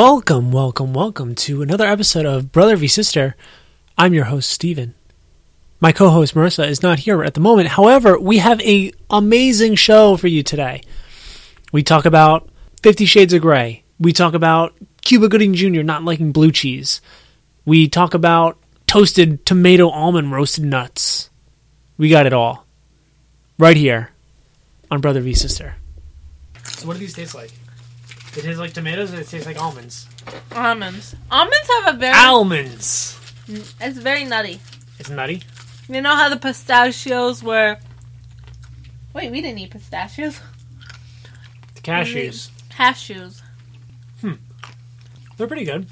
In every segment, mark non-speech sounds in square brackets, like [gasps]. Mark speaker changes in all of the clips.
Speaker 1: Welcome, welcome, welcome to another episode of Brother v Sister. I'm your host Steven. My co-host Marissa is not here at the moment. However, we have a amazing show for you today. We talk about 50 Shades of Grey. We talk about Cuba Gooding Jr. not liking blue cheese. We talk about toasted tomato almond roasted nuts. We got it all right here on Brother v Sister. So what do these taste like? They taste like tomatoes or they taste like almonds?
Speaker 2: Almonds. Almonds have a very.
Speaker 1: Almonds!
Speaker 2: It's very nutty.
Speaker 1: It's nutty.
Speaker 2: You know how the pistachios were. Wait, we didn't eat pistachios.
Speaker 1: The cashews.
Speaker 2: [laughs] Mm-hmm. Cashews.
Speaker 1: They're pretty good.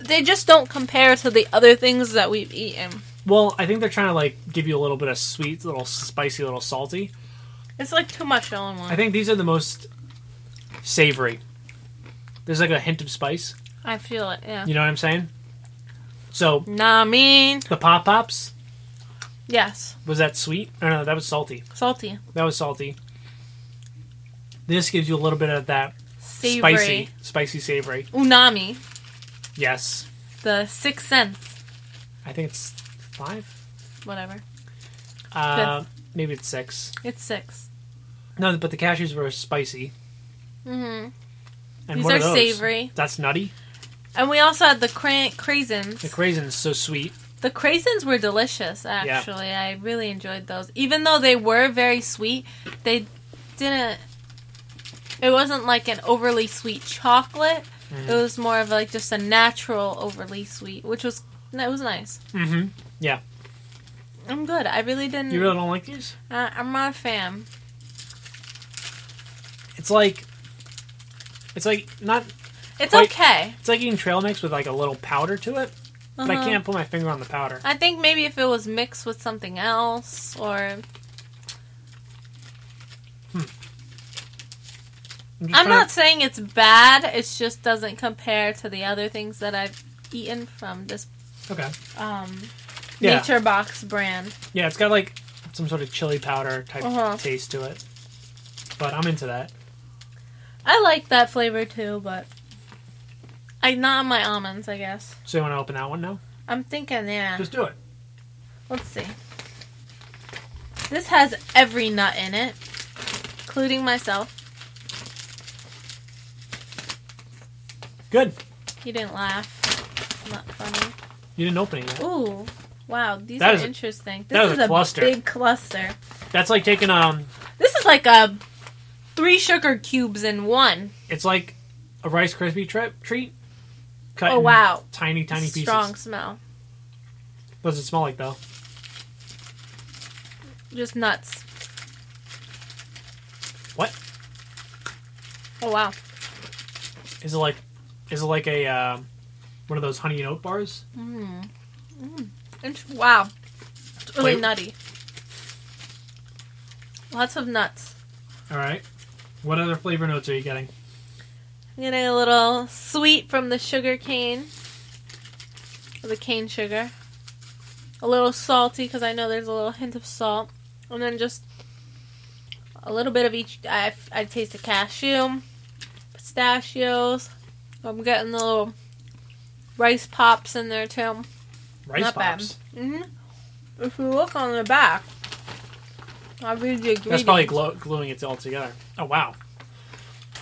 Speaker 2: They just don't compare to the other things that we've eaten.
Speaker 1: Well, I think they're trying to like give you a little bit of sweet, little spicy, little salty.
Speaker 2: It's like too much all in one.
Speaker 1: I think these are the most savory. There's like a hint of spice.
Speaker 2: I feel it. Yeah.
Speaker 1: You know what I'm saying? So
Speaker 2: Nah, mean.
Speaker 1: the pop pops
Speaker 2: Yes.
Speaker 1: was that sweet? Oh no, that was salty.
Speaker 2: Salty.
Speaker 1: That was salty. This gives you a little bit of that
Speaker 2: Savory.
Speaker 1: spicy, spicy savory.
Speaker 2: Unami.
Speaker 1: Yes,
Speaker 2: The sixth sense.
Speaker 1: I think it's five.
Speaker 2: Whatever.
Speaker 1: Uh, maybe it's six.
Speaker 2: It's six.
Speaker 1: No, but the cashews were spicy.
Speaker 2: Mm-hmm.
Speaker 1: And
Speaker 2: These
Speaker 1: what
Speaker 2: are,
Speaker 1: those?
Speaker 2: savory.
Speaker 1: That's nutty.
Speaker 2: And we also had the cra- craisins.
Speaker 1: The craisin's so sweet.
Speaker 2: The craisins were delicious, actually. I really enjoyed those. Even though they were very sweet, they didn't. It wasn't like an overly sweet chocolate.
Speaker 1: Mm-hmm.
Speaker 2: It was more of like just a natural overly sweet, which was it was nice.
Speaker 1: Mm-hmm. Yeah.
Speaker 2: I'm good. I really didn't.
Speaker 1: You really don't like these?
Speaker 2: I, I'm not a fan.
Speaker 1: It's like it's like not
Speaker 2: It's
Speaker 1: Quite-
Speaker 2: okay.
Speaker 1: it's like eating trail mix with like a little powder to it. But I
Speaker 2: Uh-huh.
Speaker 1: can't put my finger on the powder.
Speaker 2: I think maybe if it was mixed with something else, or
Speaker 1: I'm, just
Speaker 2: I'm
Speaker 1: trying
Speaker 2: not saying it's bad. It just doesn't compare to the other things that I've eaten from this
Speaker 1: to- okay.
Speaker 2: um,
Speaker 1: Yeah.
Speaker 2: Nature Box brand.
Speaker 1: Yeah, it's got like some sort of chili powder type
Speaker 2: Uh-huh.
Speaker 1: taste to it. But I'm into that.
Speaker 2: I like that flavor too, but I not on my almonds, I guess.
Speaker 1: So you want to open that one now?
Speaker 2: I'm thinking, yeah.
Speaker 1: Just do it.
Speaker 2: Let's see. This has every nut in it, including myself.
Speaker 1: Good.
Speaker 2: You didn't laugh. Not funny.
Speaker 1: You didn't open it yet.
Speaker 2: Ooh, wow. These
Speaker 1: That
Speaker 2: are
Speaker 1: is a-
Speaker 2: interesting. This
Speaker 1: that is
Speaker 2: is
Speaker 1: a cluster.
Speaker 2: big cluster.
Speaker 1: That's like taking um
Speaker 2: This is like a three sugar cubes in one.
Speaker 1: it's like a rice crispy trip treat. Cut
Speaker 2: Oh
Speaker 1: in
Speaker 2: wow.
Speaker 1: Tiny tiny
Speaker 2: Strong
Speaker 1: pieces.
Speaker 2: smell.
Speaker 1: What does it smell like though?
Speaker 2: Just nuts.
Speaker 1: What?
Speaker 2: Oh wow.
Speaker 1: Is it like, is it like a uh, one of those honey and oat bars?
Speaker 2: Mm. Mm. Int- Wow. It's really
Speaker 1: Wait.
Speaker 2: nutty. Lots of nuts.
Speaker 1: All right. What other flavor notes are you getting?
Speaker 2: I'm getting a little sweet from the sugar cane. Or the cane sugar. A little salty because I know there's a little hint of salt. And then just a little bit of each. I, I taste the cashew, pistachios. I'm getting the little rice pops in there too.
Speaker 1: Rice
Speaker 2: Not bad.
Speaker 1: pops.
Speaker 2: hmm If you look on the back, I'll read the ingredients.
Speaker 1: That's probably glo- gluing it all together. Oh wow.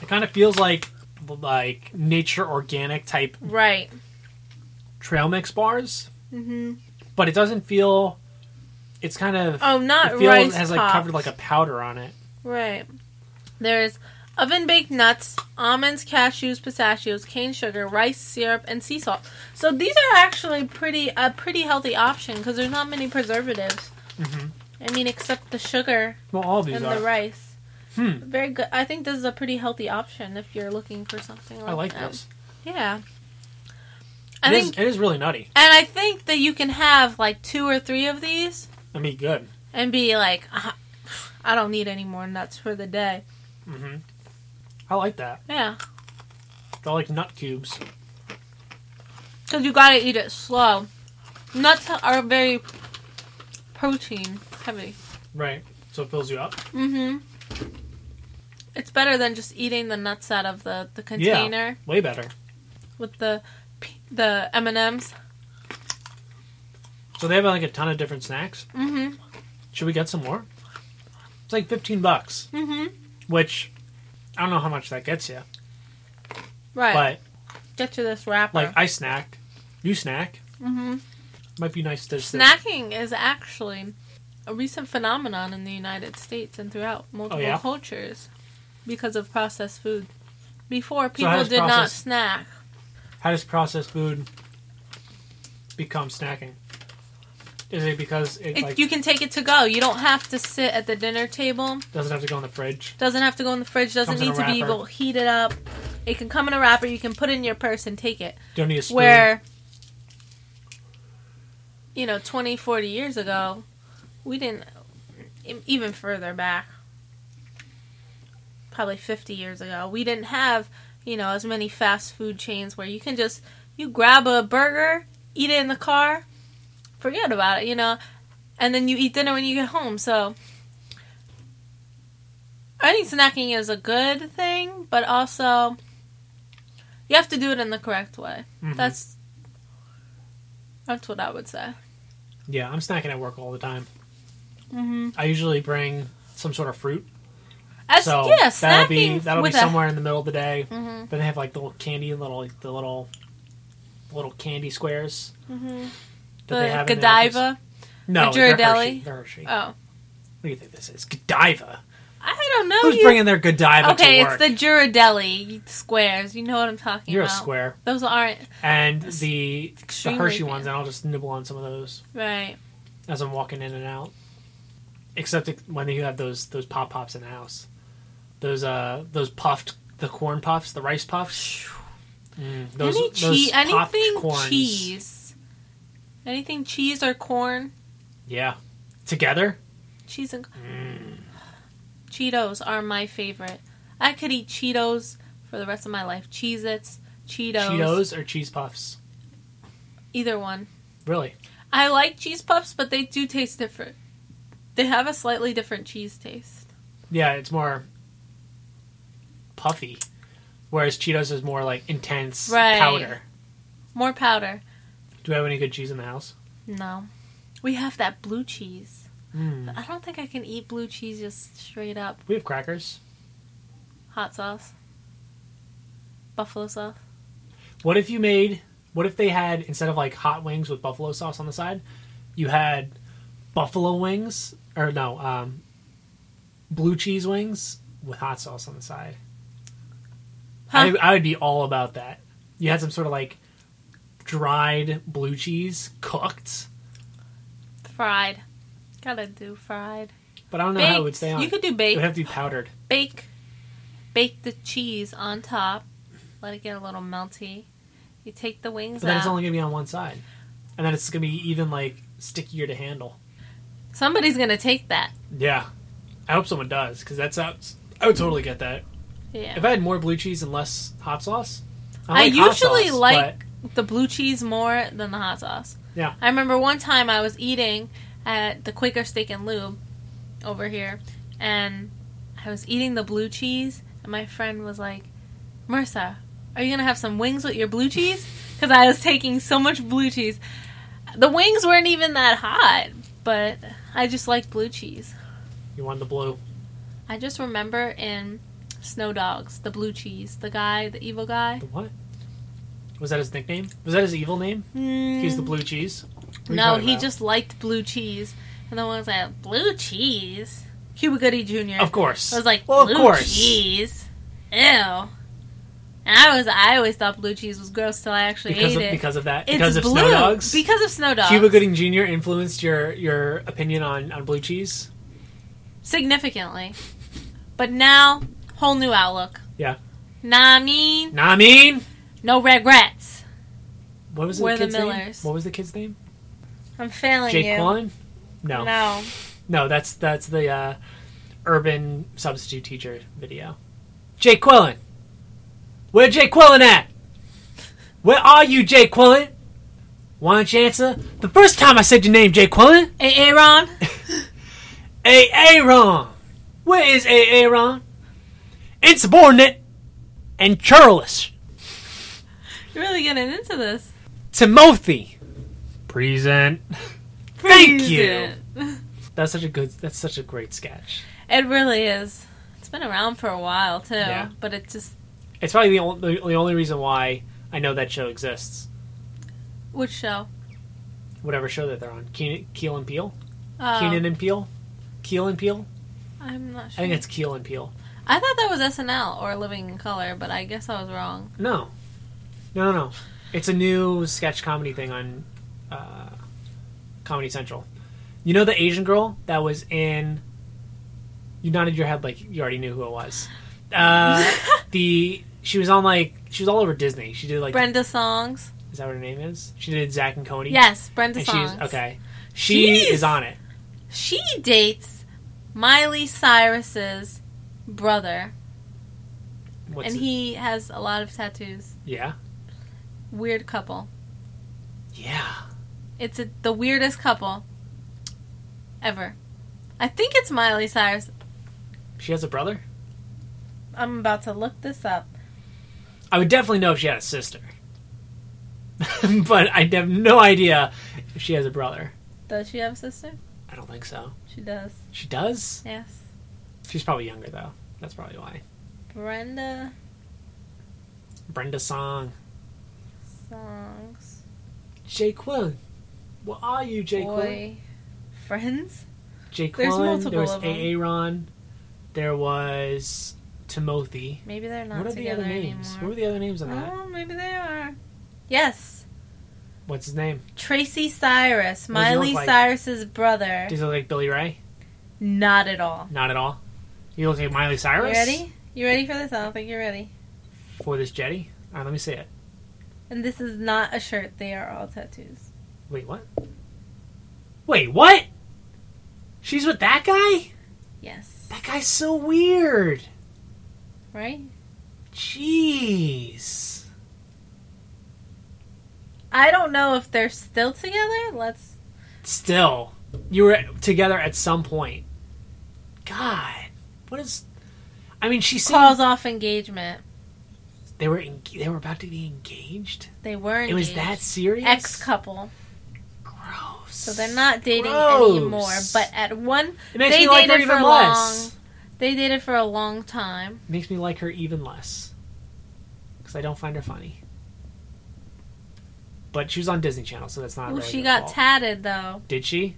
Speaker 1: It kind of feels like like nature organic type
Speaker 2: right.
Speaker 1: trail mix bars,
Speaker 2: hmm
Speaker 1: but it doesn't feel. It's kind of.
Speaker 2: Oh,
Speaker 1: it
Speaker 2: not
Speaker 1: feels
Speaker 2: rice
Speaker 1: has like
Speaker 2: pops.
Speaker 1: covered like a powder on it.
Speaker 2: right. There's oven baked nuts, almonds, cashews, pistachios, cane sugar, rice syrup, and sea salt. So these are actually pretty a pretty healthy option because there's not many preservatives.
Speaker 1: hmm
Speaker 2: I mean, except the sugar
Speaker 1: Well, all of these
Speaker 2: and
Speaker 1: are.
Speaker 2: the rice.
Speaker 1: Hmm.
Speaker 2: Very good. I think this is a pretty healthy option if you're looking for something like
Speaker 1: I like
Speaker 2: that.
Speaker 1: this.
Speaker 2: Yeah. I
Speaker 1: It is-
Speaker 2: think
Speaker 1: it is really nutty.
Speaker 2: And I think that you can have like two or three of these
Speaker 1: I mean, good.
Speaker 2: and be like, "Ah, I don't need any more nuts for the day.
Speaker 1: hmm I like that.
Speaker 2: Yeah.
Speaker 1: They're like nut cubes.
Speaker 2: Because you gotta eat it slow. Nuts are very protein heavy.
Speaker 1: Right. So it fills you up.
Speaker 2: Mm hmm. It's better than just eating the nuts out of the, the container.
Speaker 1: Way better.
Speaker 2: with the p- the M and M's.
Speaker 1: So they have like a ton of different snacks.
Speaker 2: Mhm.
Speaker 1: Should we get some more? It's like fifteen bucks,
Speaker 2: Mhm.
Speaker 1: which I don't know how much that gets you,
Speaker 2: Right. Uh-huh.
Speaker 1: but
Speaker 2: Get you this wrapper.
Speaker 1: like I snack, you snack.
Speaker 2: mhm.
Speaker 1: Might be nice to
Speaker 2: Snacking is actually a recent phenomenon in the United States and throughout multiple
Speaker 1: Oh, yeah?
Speaker 2: cultures because of processed food. Before,
Speaker 1: So how
Speaker 2: people
Speaker 1: does
Speaker 2: did not
Speaker 1: processed-
Speaker 2: snack.
Speaker 1: How does processed food become snacking? Is it because it,
Speaker 2: It,
Speaker 1: like
Speaker 2: you can take it to go. You don't have to sit at the dinner table.
Speaker 1: doesn't have to go in the fridge?
Speaker 2: Doesn't have to go in the fridge. Doesn't
Speaker 1: Comes in
Speaker 2: need
Speaker 1: a
Speaker 2: to be
Speaker 1: wrapper.
Speaker 2: able heated up. It can come in a wrapper. You can put it in your purse and take it.
Speaker 1: Don't need a spoon.
Speaker 2: Where, you know, 20, 40 years ago, we didn't, e- even further back, probably 50 years ago, we didn't have, you know, as many fast food chains where you can just, you grab a burger, eat it in the car, forget about it, you know, and then you eat dinner when you get home. So, I think snacking is a good thing, but also you have to do it in the correct way.
Speaker 1: Mhm.
Speaker 2: That's that's what I would say.
Speaker 1: yeah. I'm snacking at work all the time.
Speaker 2: Mm-hmm.
Speaker 1: I usually bring some sort of fruit.
Speaker 2: As
Speaker 1: so that'll
Speaker 2: yeah, snacking
Speaker 1: be that'll be
Speaker 2: with
Speaker 1: somewhere in the middle of the day.
Speaker 2: A, mm-hmm,
Speaker 1: Then they have like the little candy, little the little little candy squares
Speaker 2: mm-hmm.
Speaker 1: that they have.
Speaker 2: The
Speaker 1: in the office.
Speaker 2: Godiva.
Speaker 1: no,
Speaker 2: the
Speaker 1: they're Hershey.
Speaker 2: Ghirardelli?
Speaker 1: They're Hershey.
Speaker 2: Oh,
Speaker 1: what do you think this is? Godiva.
Speaker 2: I don't know.
Speaker 1: Who's
Speaker 2: Oh, you-
Speaker 1: bringing their Godiva
Speaker 2: Okay,
Speaker 1: to
Speaker 2: it's
Speaker 1: work?
Speaker 2: the Girardelli squares. You know what I'm talking
Speaker 1: You're a
Speaker 2: about.
Speaker 1: square,
Speaker 2: Those aren't
Speaker 1: and the, the
Speaker 2: extremely
Speaker 1: Hershey
Speaker 2: bad.
Speaker 1: ones, and I'll just nibble on some of those
Speaker 2: right.
Speaker 1: as I'm walking in and out. Except it- when you have those those pop pops in the house, those uh those puffed the corn puffs, the rice puffs. Mm, those,
Speaker 2: Any
Speaker 1: those
Speaker 2: cheese,
Speaker 1: popped
Speaker 2: anything
Speaker 1: corns.
Speaker 2: cheese, anything cheese or corn,
Speaker 1: Yeah, together.
Speaker 2: cheese and
Speaker 1: Mm.
Speaker 2: Cheetos are my favorite. I could eat Cheetos for the rest of my life. Cheez Its, Cheetos,
Speaker 1: Cheetos or cheese puffs?
Speaker 2: either one.
Speaker 1: Really?
Speaker 2: I like cheese puffs, but they do taste different. They have a slightly different cheese taste.
Speaker 1: Yeah, it's more puffy, whereas Cheetos is more like intense
Speaker 2: Right.
Speaker 1: powder.
Speaker 2: More powder.
Speaker 1: Do we have any good cheese in the house?
Speaker 2: No. We have that blue cheese.
Speaker 1: Mm.
Speaker 2: But I don't think I can eat blue cheese just straight up.
Speaker 1: We have crackers.
Speaker 2: Hot sauce. Buffalo sauce.
Speaker 1: What if you made? What if they had instead of like hot wings with buffalo sauce on the side, you had buffalo wings or no, um, blue cheese wings with hot sauce on the side?
Speaker 2: Huh?
Speaker 1: I, I would be all about that. You had some sort of like dried blue cheese cooked,
Speaker 2: fried. Gotta do fried.
Speaker 1: but I don't know how it would
Speaker 2: Baked.
Speaker 1: stay on.
Speaker 2: You could do
Speaker 1: it would
Speaker 2: baked.
Speaker 1: have to be powdered.
Speaker 2: bake bake the cheese on top let it get a little melty you take the wings
Speaker 1: But then
Speaker 2: out
Speaker 1: it's only gonna be on one side, and then it's gonna be even like stickier to handle.
Speaker 2: somebody's gonna take that
Speaker 1: Yeah, I hope someone does because that's sounds. I would totally get that
Speaker 2: yeah
Speaker 1: if I had more blue cheese and less hot sauce.
Speaker 2: I
Speaker 1: like hot
Speaker 2: usually
Speaker 1: sauce,
Speaker 2: like- the blue cheese more than the hot sauce
Speaker 1: Yeah.
Speaker 2: i remember one time i was eating at the quaker steak and lube over here and i was eating the blue cheese and my friend was like marissa are you gonna have some wings with your
Speaker 1: [laughs]
Speaker 2: blue cheese because i was taking so much blue cheese the wings weren't even that hot but i just like blue cheese
Speaker 1: but you want the blue.
Speaker 2: I just remember in Snow Dogs, the blue cheese, the guy, the evil guy.
Speaker 1: The what? Was that his nickname? Was that his evil name? He's
Speaker 2: Mm,
Speaker 1: the blue cheese. What are you
Speaker 2: No,
Speaker 1: talking
Speaker 2: he
Speaker 1: about?
Speaker 2: just liked blue cheese, and the one was like blue cheese. Cuba Goody Jr.
Speaker 1: Of course.
Speaker 2: I was like
Speaker 1: well,
Speaker 2: blue
Speaker 1: of course.
Speaker 2: cheese. Ew. And I was I always thought blue cheese was gross till I actually
Speaker 1: Because
Speaker 2: ate
Speaker 1: of
Speaker 2: it.
Speaker 1: because of that.
Speaker 2: it's
Speaker 1: because of
Speaker 2: blue.
Speaker 1: snow dogs.
Speaker 2: Because of Snow Dogs.
Speaker 1: Cuba Gooding Jr. influenced your your opinion on on blue cheese.
Speaker 2: significantly, but now whole new outlook.
Speaker 1: Yeah.
Speaker 2: Nah, I mean
Speaker 1: Nah, I mean,
Speaker 2: no regrets.
Speaker 1: what was
Speaker 2: We're
Speaker 1: the
Speaker 2: the
Speaker 1: kid's name?
Speaker 2: Millers.
Speaker 1: What was the kid's name?
Speaker 2: I'm failing
Speaker 1: Jake
Speaker 2: you.
Speaker 1: Kwan? No. no,
Speaker 2: No.
Speaker 1: that's that's the uh, urban substitute teacher video. Jake Quillen, where Jake Quillen at? Where are you, Jake Quillen? Why don't you answer? The first time I said your name, Jake Quillen.
Speaker 2: Hey, Aaron.
Speaker 1: A Aaron, where is A Aaron? Insubordinate and churlish.
Speaker 2: [laughs] You're really getting into this.
Speaker 1: Timothy. Present. Thank you.
Speaker 2: Freeze it. [laughs]
Speaker 1: That's such a good. That's such a great sketch.
Speaker 2: It really is. It's been around for a while too,
Speaker 1: Yeah.
Speaker 2: but it just
Speaker 1: It's probably the only, the only reason why I know that show exists.
Speaker 2: which show?
Speaker 1: Whatever show that they're on, Keen, Keel and Peele,
Speaker 2: Um,
Speaker 1: Keenan and Peele, Keel and Peele.
Speaker 2: I'm not sure.
Speaker 1: I think it's Keel and Peele.
Speaker 2: I thought that was SNL or Living in Color, but I guess I was wrong.
Speaker 1: No, no, no, no. It's a new sketch comedy thing on uh, Comedy Central. You know the Asian girl that was in. You nodded your head like you already knew who it was. Uh, the she was on like she was all over Disney. She did like
Speaker 2: [laughs] Brenda Songs.
Speaker 1: is that what her name is? She did Zach and Cody.
Speaker 2: Yes, Brenda
Speaker 1: and
Speaker 2: Songs.
Speaker 1: she's okay. She
Speaker 2: Jeez.
Speaker 1: is on it.
Speaker 2: She dates Miley Cyrus's brother,
Speaker 1: What's
Speaker 2: and
Speaker 1: it-
Speaker 2: he has a lot of tattoos.
Speaker 1: Yeah,
Speaker 2: Weird couple.
Speaker 1: yeah.
Speaker 2: It's a, the weirdest couple ever. I think it's Miley Cyrus.
Speaker 1: She has a brother.
Speaker 2: I'm about to look this up.
Speaker 1: I would definitely know if she had a sister, [laughs] but I have no idea if she has a brother.
Speaker 2: Does she have a sister?
Speaker 1: I don't think so.
Speaker 2: She does.
Speaker 1: She does.
Speaker 2: Yes.
Speaker 1: She's probably younger though. That's probably why.
Speaker 2: Brenda
Speaker 1: Brenda Song.
Speaker 2: Songs.
Speaker 1: Jaqueline. What are you, Jaqueline?
Speaker 2: Boy. Friends? There's
Speaker 1: Jaqueline.
Speaker 2: multiple
Speaker 1: There was
Speaker 2: of 'em.
Speaker 1: Aaron. There was Timothy.
Speaker 2: Maybe they're not
Speaker 1: what are the
Speaker 2: together
Speaker 1: other names? What
Speaker 2: anymore.
Speaker 1: were the other names on that?
Speaker 2: Oh, maybe they are. Yes.
Speaker 1: What's his name?
Speaker 2: Tracy Cyrus,
Speaker 1: What does he look
Speaker 2: Miley
Speaker 1: like?
Speaker 2: Cyrus's brother.
Speaker 1: Does he look like Billy Ray?
Speaker 2: Not at all.
Speaker 1: Not at all. He looks like Miley
Speaker 2: You
Speaker 1: Cyrus.
Speaker 2: ready? You ready for this? I don't think you're ready.
Speaker 1: For this jetty. All right, let me see it.
Speaker 2: And this is not a shirt. They are all tattoos.
Speaker 1: Wait, what? Wait, what? She's with that guy?
Speaker 2: Yes.
Speaker 1: That guy's so weird.
Speaker 2: Right?
Speaker 1: Jeez.
Speaker 2: I don't know if they're still together. Let's.
Speaker 1: Still, you were together at some point. God, what is? I mean, she seemed
Speaker 2: Calls off engagement.
Speaker 1: they were en- they were about to be engaged.
Speaker 2: They were engaged.
Speaker 1: It was that serious.
Speaker 2: ex couple.
Speaker 1: Gross.
Speaker 2: So they're not dating
Speaker 1: Gross.
Speaker 2: anymore. But at one,
Speaker 1: It makes
Speaker 2: they
Speaker 1: me like her
Speaker 2: dated
Speaker 1: even
Speaker 2: for
Speaker 1: less.
Speaker 2: they dated for a long time.
Speaker 1: Makes me like her even less because I don't find her funny. But she was on Disney Channel, so that's not.
Speaker 2: Ooh,
Speaker 1: really
Speaker 2: she
Speaker 1: her
Speaker 2: got
Speaker 1: fault.
Speaker 2: tatted though.
Speaker 1: Did she?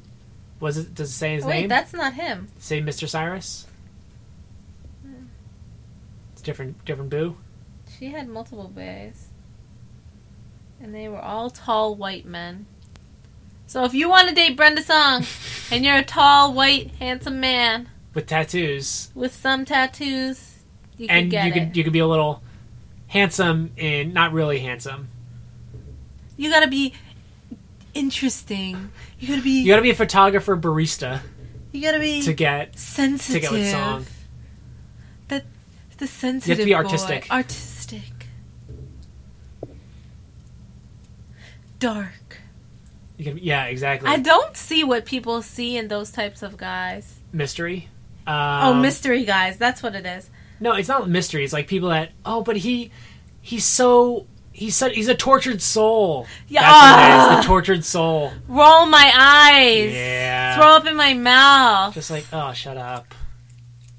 Speaker 1: Was it? Does it say his
Speaker 2: Wait,
Speaker 1: name?
Speaker 2: that's not him.
Speaker 1: Say Mr. Cyrus. It's different. Different boo.
Speaker 2: She had multiple bays. And they were all tall white men. So if you want to date Brenda Song [laughs] and you're a tall, white, handsome man
Speaker 1: With tattoos.
Speaker 2: with some tattoos, you can
Speaker 1: and
Speaker 2: get
Speaker 1: you
Speaker 2: it.
Speaker 1: could you could be a little handsome and not really handsome.
Speaker 2: you gotta be interesting. You gotta be.
Speaker 1: You got to be a photographer barista
Speaker 2: You gotta be
Speaker 1: to get to
Speaker 2: sensitive.
Speaker 1: get with song.
Speaker 2: The sensitive.
Speaker 1: be
Speaker 2: boy.
Speaker 1: artistic.
Speaker 2: Artistic. Dark.
Speaker 1: You gotta be, yeah, exactly.
Speaker 2: I don't see what people see in those types of guys.
Speaker 1: mystery. Um,
Speaker 2: oh, mystery guys. That's what it is.
Speaker 1: No, it's not mystery. It's like people that oh, but he he's so he's such, he's a tortured soul.
Speaker 2: Yeah. Ah.
Speaker 1: That's what it is,
Speaker 2: Ugh.
Speaker 1: the tortured soul.
Speaker 2: Roll my eyes.
Speaker 1: Yeah.
Speaker 2: Throw up in my mouth.
Speaker 1: Just like oh, shut up.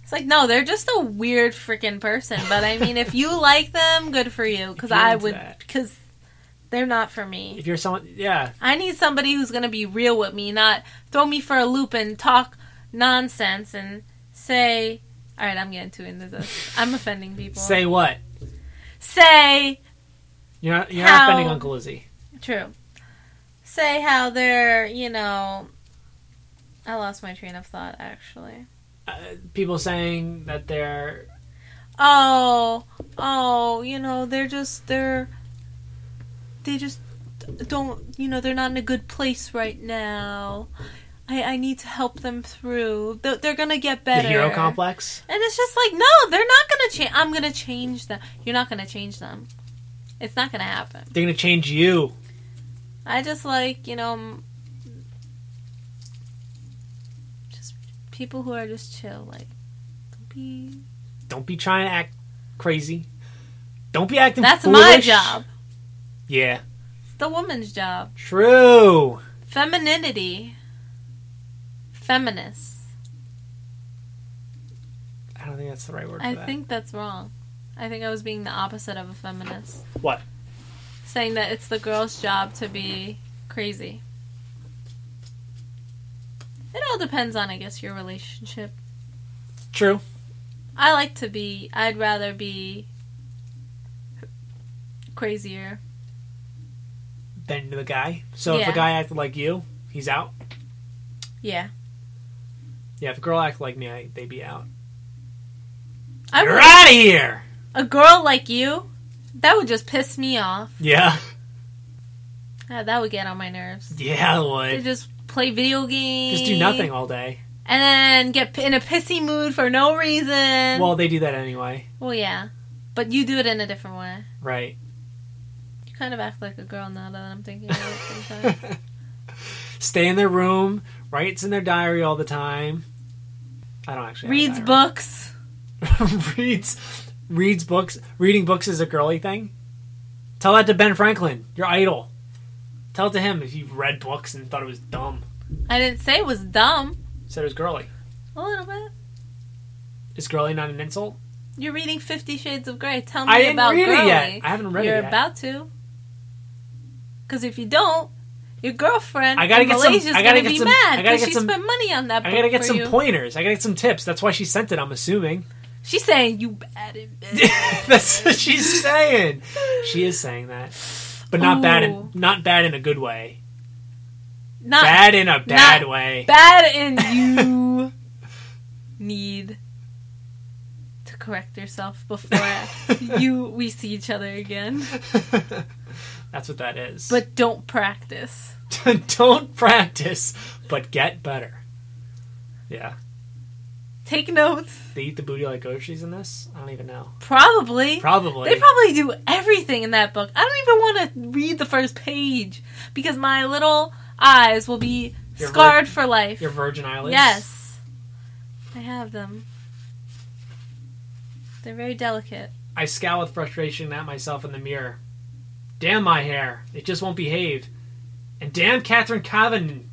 Speaker 2: It's like, no, they're just a weird freaking person. But I mean,
Speaker 1: [laughs]
Speaker 2: if you like them, good for you. Because
Speaker 1: If you're
Speaker 2: I
Speaker 1: into
Speaker 2: would.
Speaker 1: that.
Speaker 2: Because they're not for me.
Speaker 1: If you're someone, yeah,
Speaker 2: I need somebody who's going to be real with me, not throw me for a loop and talk nonsense and say, all right, I'm getting too into this. I'm offending people.
Speaker 1: say what?
Speaker 2: say
Speaker 1: You're not you're
Speaker 2: How-
Speaker 1: not offending Uncle Izzy.
Speaker 2: True. Say how they're, you know. I lost my train of thought, actually.
Speaker 1: Uh, people saying that they're
Speaker 2: Oh, oh, you know, they're just, they're. They just don't, you know, they're not in a good place right now. I, I need to help them through. They're, they're gonna get better.
Speaker 1: the hero complex.
Speaker 2: And it's just like, no, they're not gonna change. I'm gonna change them. You're not gonna change them. It's not gonna happen.
Speaker 1: They're gonna change you.
Speaker 2: I just like, you know, m- just people who are just chill. Like, don't be.
Speaker 1: Don't be trying to act crazy. Don't be acting.
Speaker 2: That's my
Speaker 1: foolish.
Speaker 2: job.
Speaker 1: Yeah.
Speaker 2: It's the woman's job.
Speaker 1: True.
Speaker 2: Femininity. Feminist.
Speaker 1: I don't think that's the right word for
Speaker 2: I
Speaker 1: that.
Speaker 2: think that's wrong. I think I was being the opposite of a feminist.
Speaker 1: What?
Speaker 2: Saying that it's the girl's job to be crazy. It all depends on, I guess, your relationship.
Speaker 1: True.
Speaker 2: I like to be, I'd rather be crazier.
Speaker 1: Then the guy. So if
Speaker 2: Yeah.
Speaker 1: a guy acted like you, he's out.
Speaker 2: Yeah.
Speaker 1: Yeah, if a girl acted like me, I, they'd be out.
Speaker 2: I
Speaker 1: You're
Speaker 2: would,
Speaker 1: out of here.
Speaker 2: A girl like you, that would just piss me off.
Speaker 1: Yeah. [laughs]
Speaker 2: Yeah, that would get on my nerves.
Speaker 1: Yeah, it
Speaker 2: To
Speaker 1: would.
Speaker 2: just play video games.
Speaker 1: Just do nothing all day.
Speaker 2: And then get p- in a pissy mood for no reason.
Speaker 1: Well, they do that anyway,
Speaker 2: Well, yeah, but you do it in a different way.
Speaker 1: right? [laughs]
Speaker 2: You kind of act like a girl now that I'm thinking about it sometimes.
Speaker 1: [laughs] Stay in their room, writes in their diary all the time. I don't actually
Speaker 2: Reads
Speaker 1: books. [laughs]
Speaker 2: books.
Speaker 1: reads reads books. Reading books is a girly thing. Tell that to Ben Franklin, your idol. Tell it to him if you read books and thought it was dumb.
Speaker 2: I didn't say it was dumb.
Speaker 1: Said it was girly.
Speaker 2: A little bit.
Speaker 1: Is girly not an insult?
Speaker 2: You're reading Fifty Shades of Grey. Tell me
Speaker 1: I didn't
Speaker 2: about
Speaker 1: read
Speaker 2: girly.
Speaker 1: it yet. I haven't read
Speaker 2: You're
Speaker 1: it yet.
Speaker 2: about to. Because if you don't, your girlfriend
Speaker 1: I gotta
Speaker 2: in
Speaker 1: get some-
Speaker 2: Malaysia's
Speaker 1: I gotta
Speaker 2: gonna
Speaker 1: get
Speaker 2: be
Speaker 1: some- I
Speaker 2: mad
Speaker 1: gotta
Speaker 2: because
Speaker 1: get
Speaker 2: she
Speaker 1: some-
Speaker 2: spent money on that book
Speaker 1: I gotta get
Speaker 2: for
Speaker 1: some
Speaker 2: you.
Speaker 1: pointers. I gotta get some tips. That's why she sent it. I'm assuming. [laughs]
Speaker 2: She's saying you bad in bed.
Speaker 1: That's what she's saying. [laughs] She is saying that, but not bad in
Speaker 2: Ooh.
Speaker 1: not bad in a good way.
Speaker 2: Not
Speaker 1: bad in a bad
Speaker 2: not
Speaker 1: way.
Speaker 2: bad and you need to correct yourself
Speaker 1: [laughs]
Speaker 2: before you we see each other again
Speaker 1: That's what that is.
Speaker 2: but don't practice
Speaker 1: [laughs] don't practice, but get better. Yeah.
Speaker 2: take notes
Speaker 1: They eat the booty like oshis in this? I don't even know.
Speaker 2: probably
Speaker 1: Probably.
Speaker 2: they probably do everything in that book i don't even want to read the first page because my little eyes will be
Speaker 1: Your ver-
Speaker 2: scarred for life
Speaker 1: Your virgin eyelids?
Speaker 2: yes i have them they're very delicate
Speaker 1: I scowl with frustration at myself in the mirror. Damn my hair. It just won't behave. And damn Catherine Cavan.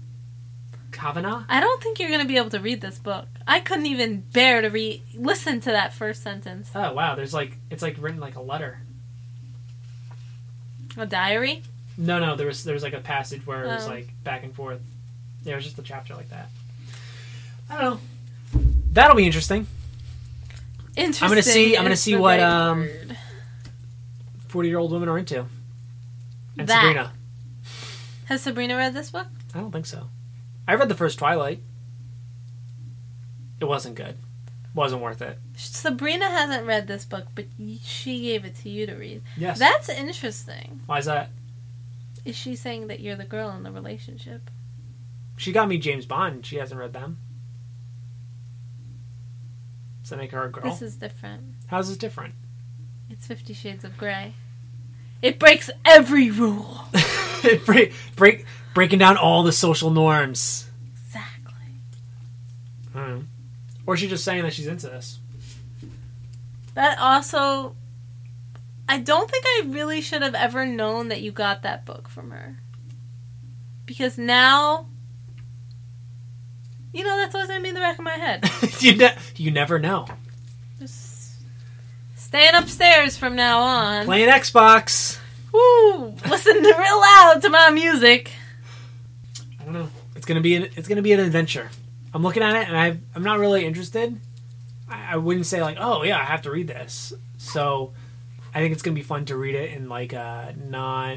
Speaker 1: Kavanaugh?
Speaker 2: I don't think you're gonna be able to read this book. I couldn't even bear to read listen to that first sentence.
Speaker 1: Oh wow, there's like it's like written like a letter.
Speaker 2: A diary?
Speaker 1: No, no, there was there was like a passage where it was
Speaker 2: Oh.
Speaker 1: like back and forth. Yeah, it was just a chapter like that. I don't know. That'll be interesting.
Speaker 2: Interesting.
Speaker 1: see- I'm gonna
Speaker 2: is
Speaker 1: see
Speaker 2: the
Speaker 1: what,
Speaker 2: right
Speaker 1: um,
Speaker 2: word.
Speaker 1: Forty year old women are into. And
Speaker 2: That.
Speaker 1: Sabrina.
Speaker 2: has Sabrina read this book?
Speaker 1: I don't think so. I read the first Twilight. It wasn't good. Wasn't worth it.
Speaker 2: Sabrina hasn't read this book, but y- she gave it to you to read.
Speaker 1: Yes.
Speaker 2: That's interesting.
Speaker 1: Why is that?
Speaker 2: Is she saying that you're the girl in the relationship?
Speaker 1: She got me James Bond. She hasn't read them. Does that make her a girl?
Speaker 2: This is different.
Speaker 1: How's this different? [laughs]
Speaker 2: It's Fifty Shades of Grey. It breaks every rule.
Speaker 1: break, break, breaking down all the social norms.
Speaker 2: Exactly.
Speaker 1: I don't know. Or she's just saying that she's into this. [laughs]
Speaker 2: That also, I don't think I really should have ever known that you got that book from her. Because now, you know, that's always going to be in the back of my head.
Speaker 1: you, ne- you never know.
Speaker 2: Just staying upstairs from now on.
Speaker 1: Playing Xbox.
Speaker 2: Woo! Listen to real loud to my music.
Speaker 1: I don't know. It's gonna be an, it's gonna be an adventure. I'm looking at it and I I'm not really interested. I, I wouldn't say like oh yeah I have to read this. So I think it's gonna be fun to read it in like uh not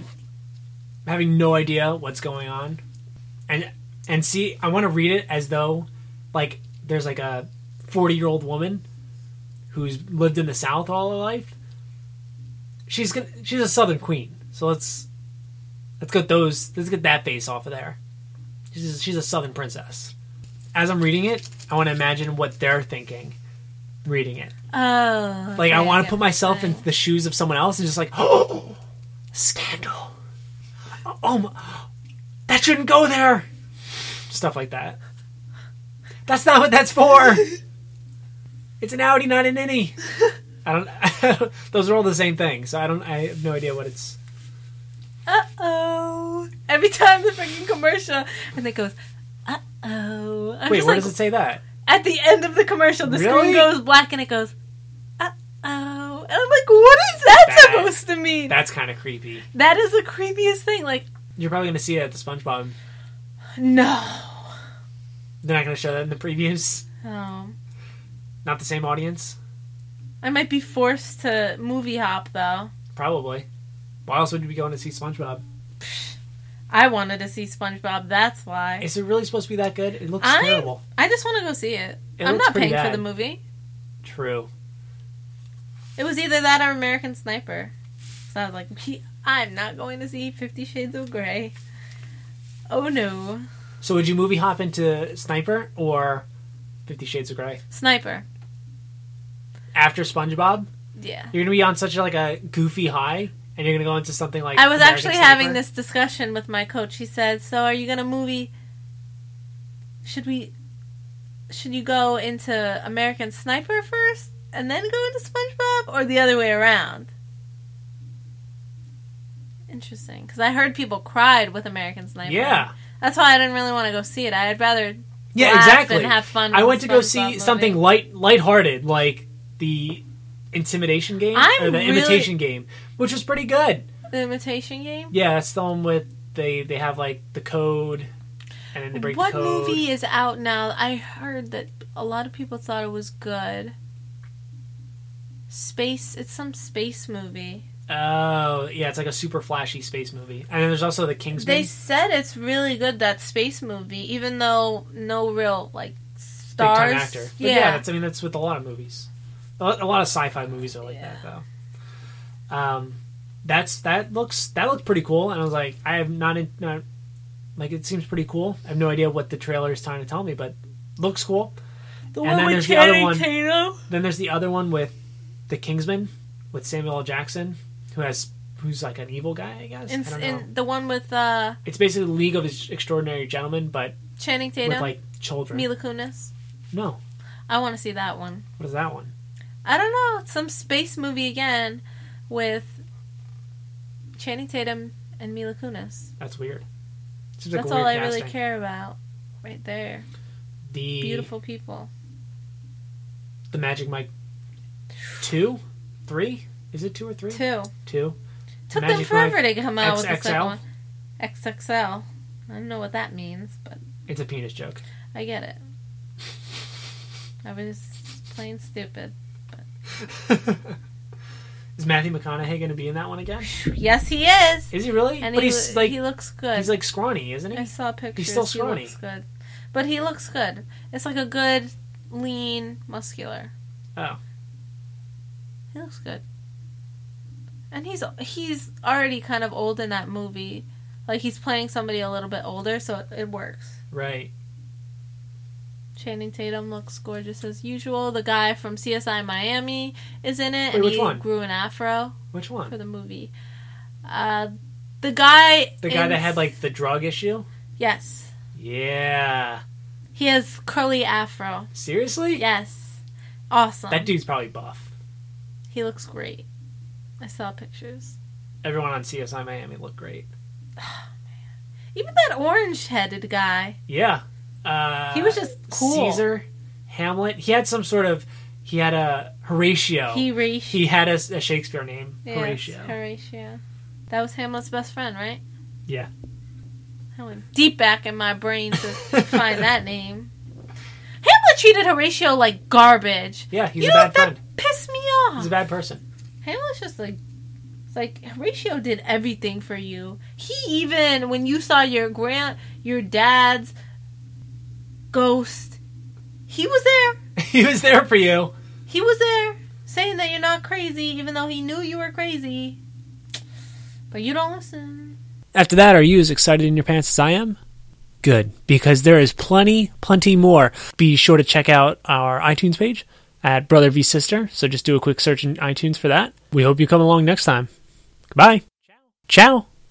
Speaker 1: having no idea what's going on and and see I want to read it as though like there's like a 40 year old woman who's lived in the South all her life. She's gonna she's a Southern queen. So let's let's get those let's get that face off of there. She's a, she's a southern princess. As I'm reading it, I want to imagine what they're thinking reading it.
Speaker 2: Oh.
Speaker 1: Like, I
Speaker 2: okay,
Speaker 1: want to
Speaker 2: get
Speaker 1: put
Speaker 2: what you're
Speaker 1: myself
Speaker 2: saying.
Speaker 1: in the shoes of someone else and just like, [gasps] oh, scandal. Oh, my, that shouldn't go there. Stuff like that. That's not what that's
Speaker 2: [laughs]
Speaker 1: for. it's an Audi, not an innie. [laughs] I don't. those are all the same thing, so I don't. I have no idea what it's
Speaker 2: every time the freaking commercial, and it goes, uh oh.
Speaker 1: Wait, where does it say that?
Speaker 2: [laughs] At the end of the commercial, the
Speaker 1: Really?
Speaker 2: screen goes black and it goes, uh oh. And I'm like, what is that,
Speaker 1: That-
Speaker 2: supposed to mean?
Speaker 1: That's kind of creepy.
Speaker 2: that is the creepiest thing. Like,
Speaker 1: You're probably going to see it at the SpongeBob.
Speaker 2: no.
Speaker 1: They're not going to show that in the previews.
Speaker 2: Oh.
Speaker 1: Not the same audience.
Speaker 2: I might be forced to movie hop though.
Speaker 1: Probably. Why else would you be going to see SpongeBob?
Speaker 2: I wanted to see SpongeBob, that's why.
Speaker 1: Is it really supposed to be that good? It looks
Speaker 2: I-
Speaker 1: terrible.
Speaker 2: I just want to go see it.
Speaker 1: It
Speaker 2: I'm
Speaker 1: looks
Speaker 2: not
Speaker 1: pretty
Speaker 2: paying
Speaker 1: bad.
Speaker 2: for the movie.
Speaker 1: True.
Speaker 2: It was either that or American Sniper. So I was like, I'm not going to see Fifty Shades of Grey. Oh no.
Speaker 1: So would you movie hop into Sniper or Fifty Shades of Grey
Speaker 2: Sniper.
Speaker 1: after SpongeBob?
Speaker 2: Yeah.
Speaker 1: You're gonna be on such a, like a goofy high, and you're gonna go into something like
Speaker 2: I was
Speaker 1: American
Speaker 2: actually
Speaker 1: Sniper?
Speaker 2: having this discussion with my coach. He said, "So are you going to movie should we should you go into American Sniper first and then go into SpongeBob or the other way around?" Interesting, cuz I heard people cried with American Sniper.
Speaker 1: Yeah,
Speaker 2: That's why I didn't really want to go see it. I'd rather
Speaker 1: yeah,
Speaker 2: laugh
Speaker 1: exactly.
Speaker 2: and have fun. With
Speaker 1: I went to go
Speaker 2: SpongeBob
Speaker 1: see
Speaker 2: movie.
Speaker 1: something light, lighthearted, like the Intimidation Game
Speaker 2: I'm
Speaker 1: or the
Speaker 2: really-
Speaker 1: Imitation Game, which was pretty good.
Speaker 2: The Imitation Game.
Speaker 1: Yeah, it's the one with they they have like the code, and then they break
Speaker 2: What
Speaker 1: the code.
Speaker 2: movie is out now? I heard that a lot of people thought it was good. Space. It's some space movie.
Speaker 1: Oh, yeah, it's like a super flashy space movie, and then there's also the Kingsman.
Speaker 2: They said it's really good that space movie, even though no real like stars.
Speaker 1: big time actor. But yeah,
Speaker 2: Yeah.
Speaker 1: that's, I mean that's with a lot of movies. A lot a lot of sci-fi movies are like
Speaker 2: Yeah.
Speaker 1: that though. Um, that's that looks that looked pretty cool, and I was like, I have not, in, not like it seems pretty cool. I have no idea what the trailer is trying to tell me, but looks cool.
Speaker 2: the
Speaker 1: and then
Speaker 2: one with
Speaker 1: there's the other
Speaker 2: Channing
Speaker 1: one.
Speaker 2: Tatum.
Speaker 1: Then there's the other one with the Kingsman with Samuel L. Jackson, who has who's like an evil guy, I guess.
Speaker 2: And,
Speaker 1: I don't know.
Speaker 2: and the one with uh,
Speaker 1: it's basically the League of Extraordinary Gentlemen, but
Speaker 2: Channing
Speaker 1: with
Speaker 2: Tatum,
Speaker 1: like children.
Speaker 2: Mila Kunis.
Speaker 1: no,
Speaker 2: I want to see that one.
Speaker 1: what is that one?
Speaker 2: I don't know. It's some space movie again with Channing Tatum and Mila Kunis.
Speaker 1: That's weird. Seems
Speaker 2: That's
Speaker 1: a weird
Speaker 2: all I really
Speaker 1: casting.
Speaker 2: care about. Right there.
Speaker 1: The
Speaker 2: Beautiful people.
Speaker 1: the Magic Mike two, three? Is it two or three?
Speaker 2: Two.
Speaker 1: Two.
Speaker 2: Took them
Speaker 1: Magic
Speaker 2: forever to come out with the
Speaker 1: XXL?
Speaker 2: second one. XXL. I don't know what that means, but
Speaker 1: It's a penis joke. [laughs]
Speaker 2: I get it. I was plain stupid.
Speaker 1: is Matthew McConaughey going to be in that one again?
Speaker 2: Yes, he is.
Speaker 1: Is he really?
Speaker 2: And
Speaker 1: but
Speaker 2: he,
Speaker 1: he's
Speaker 2: lo-
Speaker 1: like
Speaker 2: he looks good.
Speaker 1: he's like scrawny, isn't
Speaker 2: I
Speaker 1: he?
Speaker 2: saw pictures.
Speaker 1: still scrawny.
Speaker 2: He looks good, but he looks good. It's like a good, lean, muscular.
Speaker 1: Oh.
Speaker 2: he looks good. And he's he's already kind of old in that movie, like he's playing somebody a little bit older, so it, it works.
Speaker 1: Right.
Speaker 2: Channing Tatum looks gorgeous as usual. The guy from CSI Miami is in it,
Speaker 1: Wait,
Speaker 2: and
Speaker 1: which
Speaker 2: he
Speaker 1: one?
Speaker 2: grew an afro
Speaker 1: Which
Speaker 2: for
Speaker 1: one?
Speaker 2: the movie. Uh, the guy.
Speaker 1: The guy
Speaker 2: in-
Speaker 1: that had like the drug issue?
Speaker 2: yes,
Speaker 1: Yeah.
Speaker 2: he has curly afro.
Speaker 1: Seriously?
Speaker 2: [laughs] Yes. Awesome.
Speaker 1: That dude's probably buff.
Speaker 2: He looks great. I saw pictures.
Speaker 1: Everyone on CSI Miami looked great.
Speaker 2: Even that orange headed guy.
Speaker 1: Yeah. Uh,
Speaker 2: He was just cool.
Speaker 1: Caesar, Hamlet. He had some sort of. He had a Horatio.
Speaker 2: He Horatio.
Speaker 1: Oh, He had a, a Shakespeare name,
Speaker 2: Yes,
Speaker 1: Horatio.
Speaker 2: Horatio. That was Hamlet's best friend, right?
Speaker 1: Yeah.
Speaker 2: I went deep back in my
Speaker 1: [laughs]
Speaker 2: brain to find that name. Hamlet treated Horatio like garbage.
Speaker 1: Yeah, he's
Speaker 2: you
Speaker 1: a
Speaker 2: know
Speaker 1: bad
Speaker 2: what? That
Speaker 1: friend.
Speaker 2: pissed me
Speaker 1: He's a
Speaker 2: off.
Speaker 1: bad person. [laughs]
Speaker 2: Hamlet's just like. it's Like Horatio did everything for you. He even when you saw your grand your dad's ghost, he was there.
Speaker 1: he was there for you.
Speaker 2: He was there saying that you're not crazy, even though he knew you were crazy. But you don't listen.
Speaker 1: After that, are you as excited in your pants as I am? Good, because there is plenty, plenty more. Be sure to check out our iTunes page at Brother v Sister. So just do a quick search in iTunes for that. We hope you come along next time. Goodbye. Ciao. Ciao.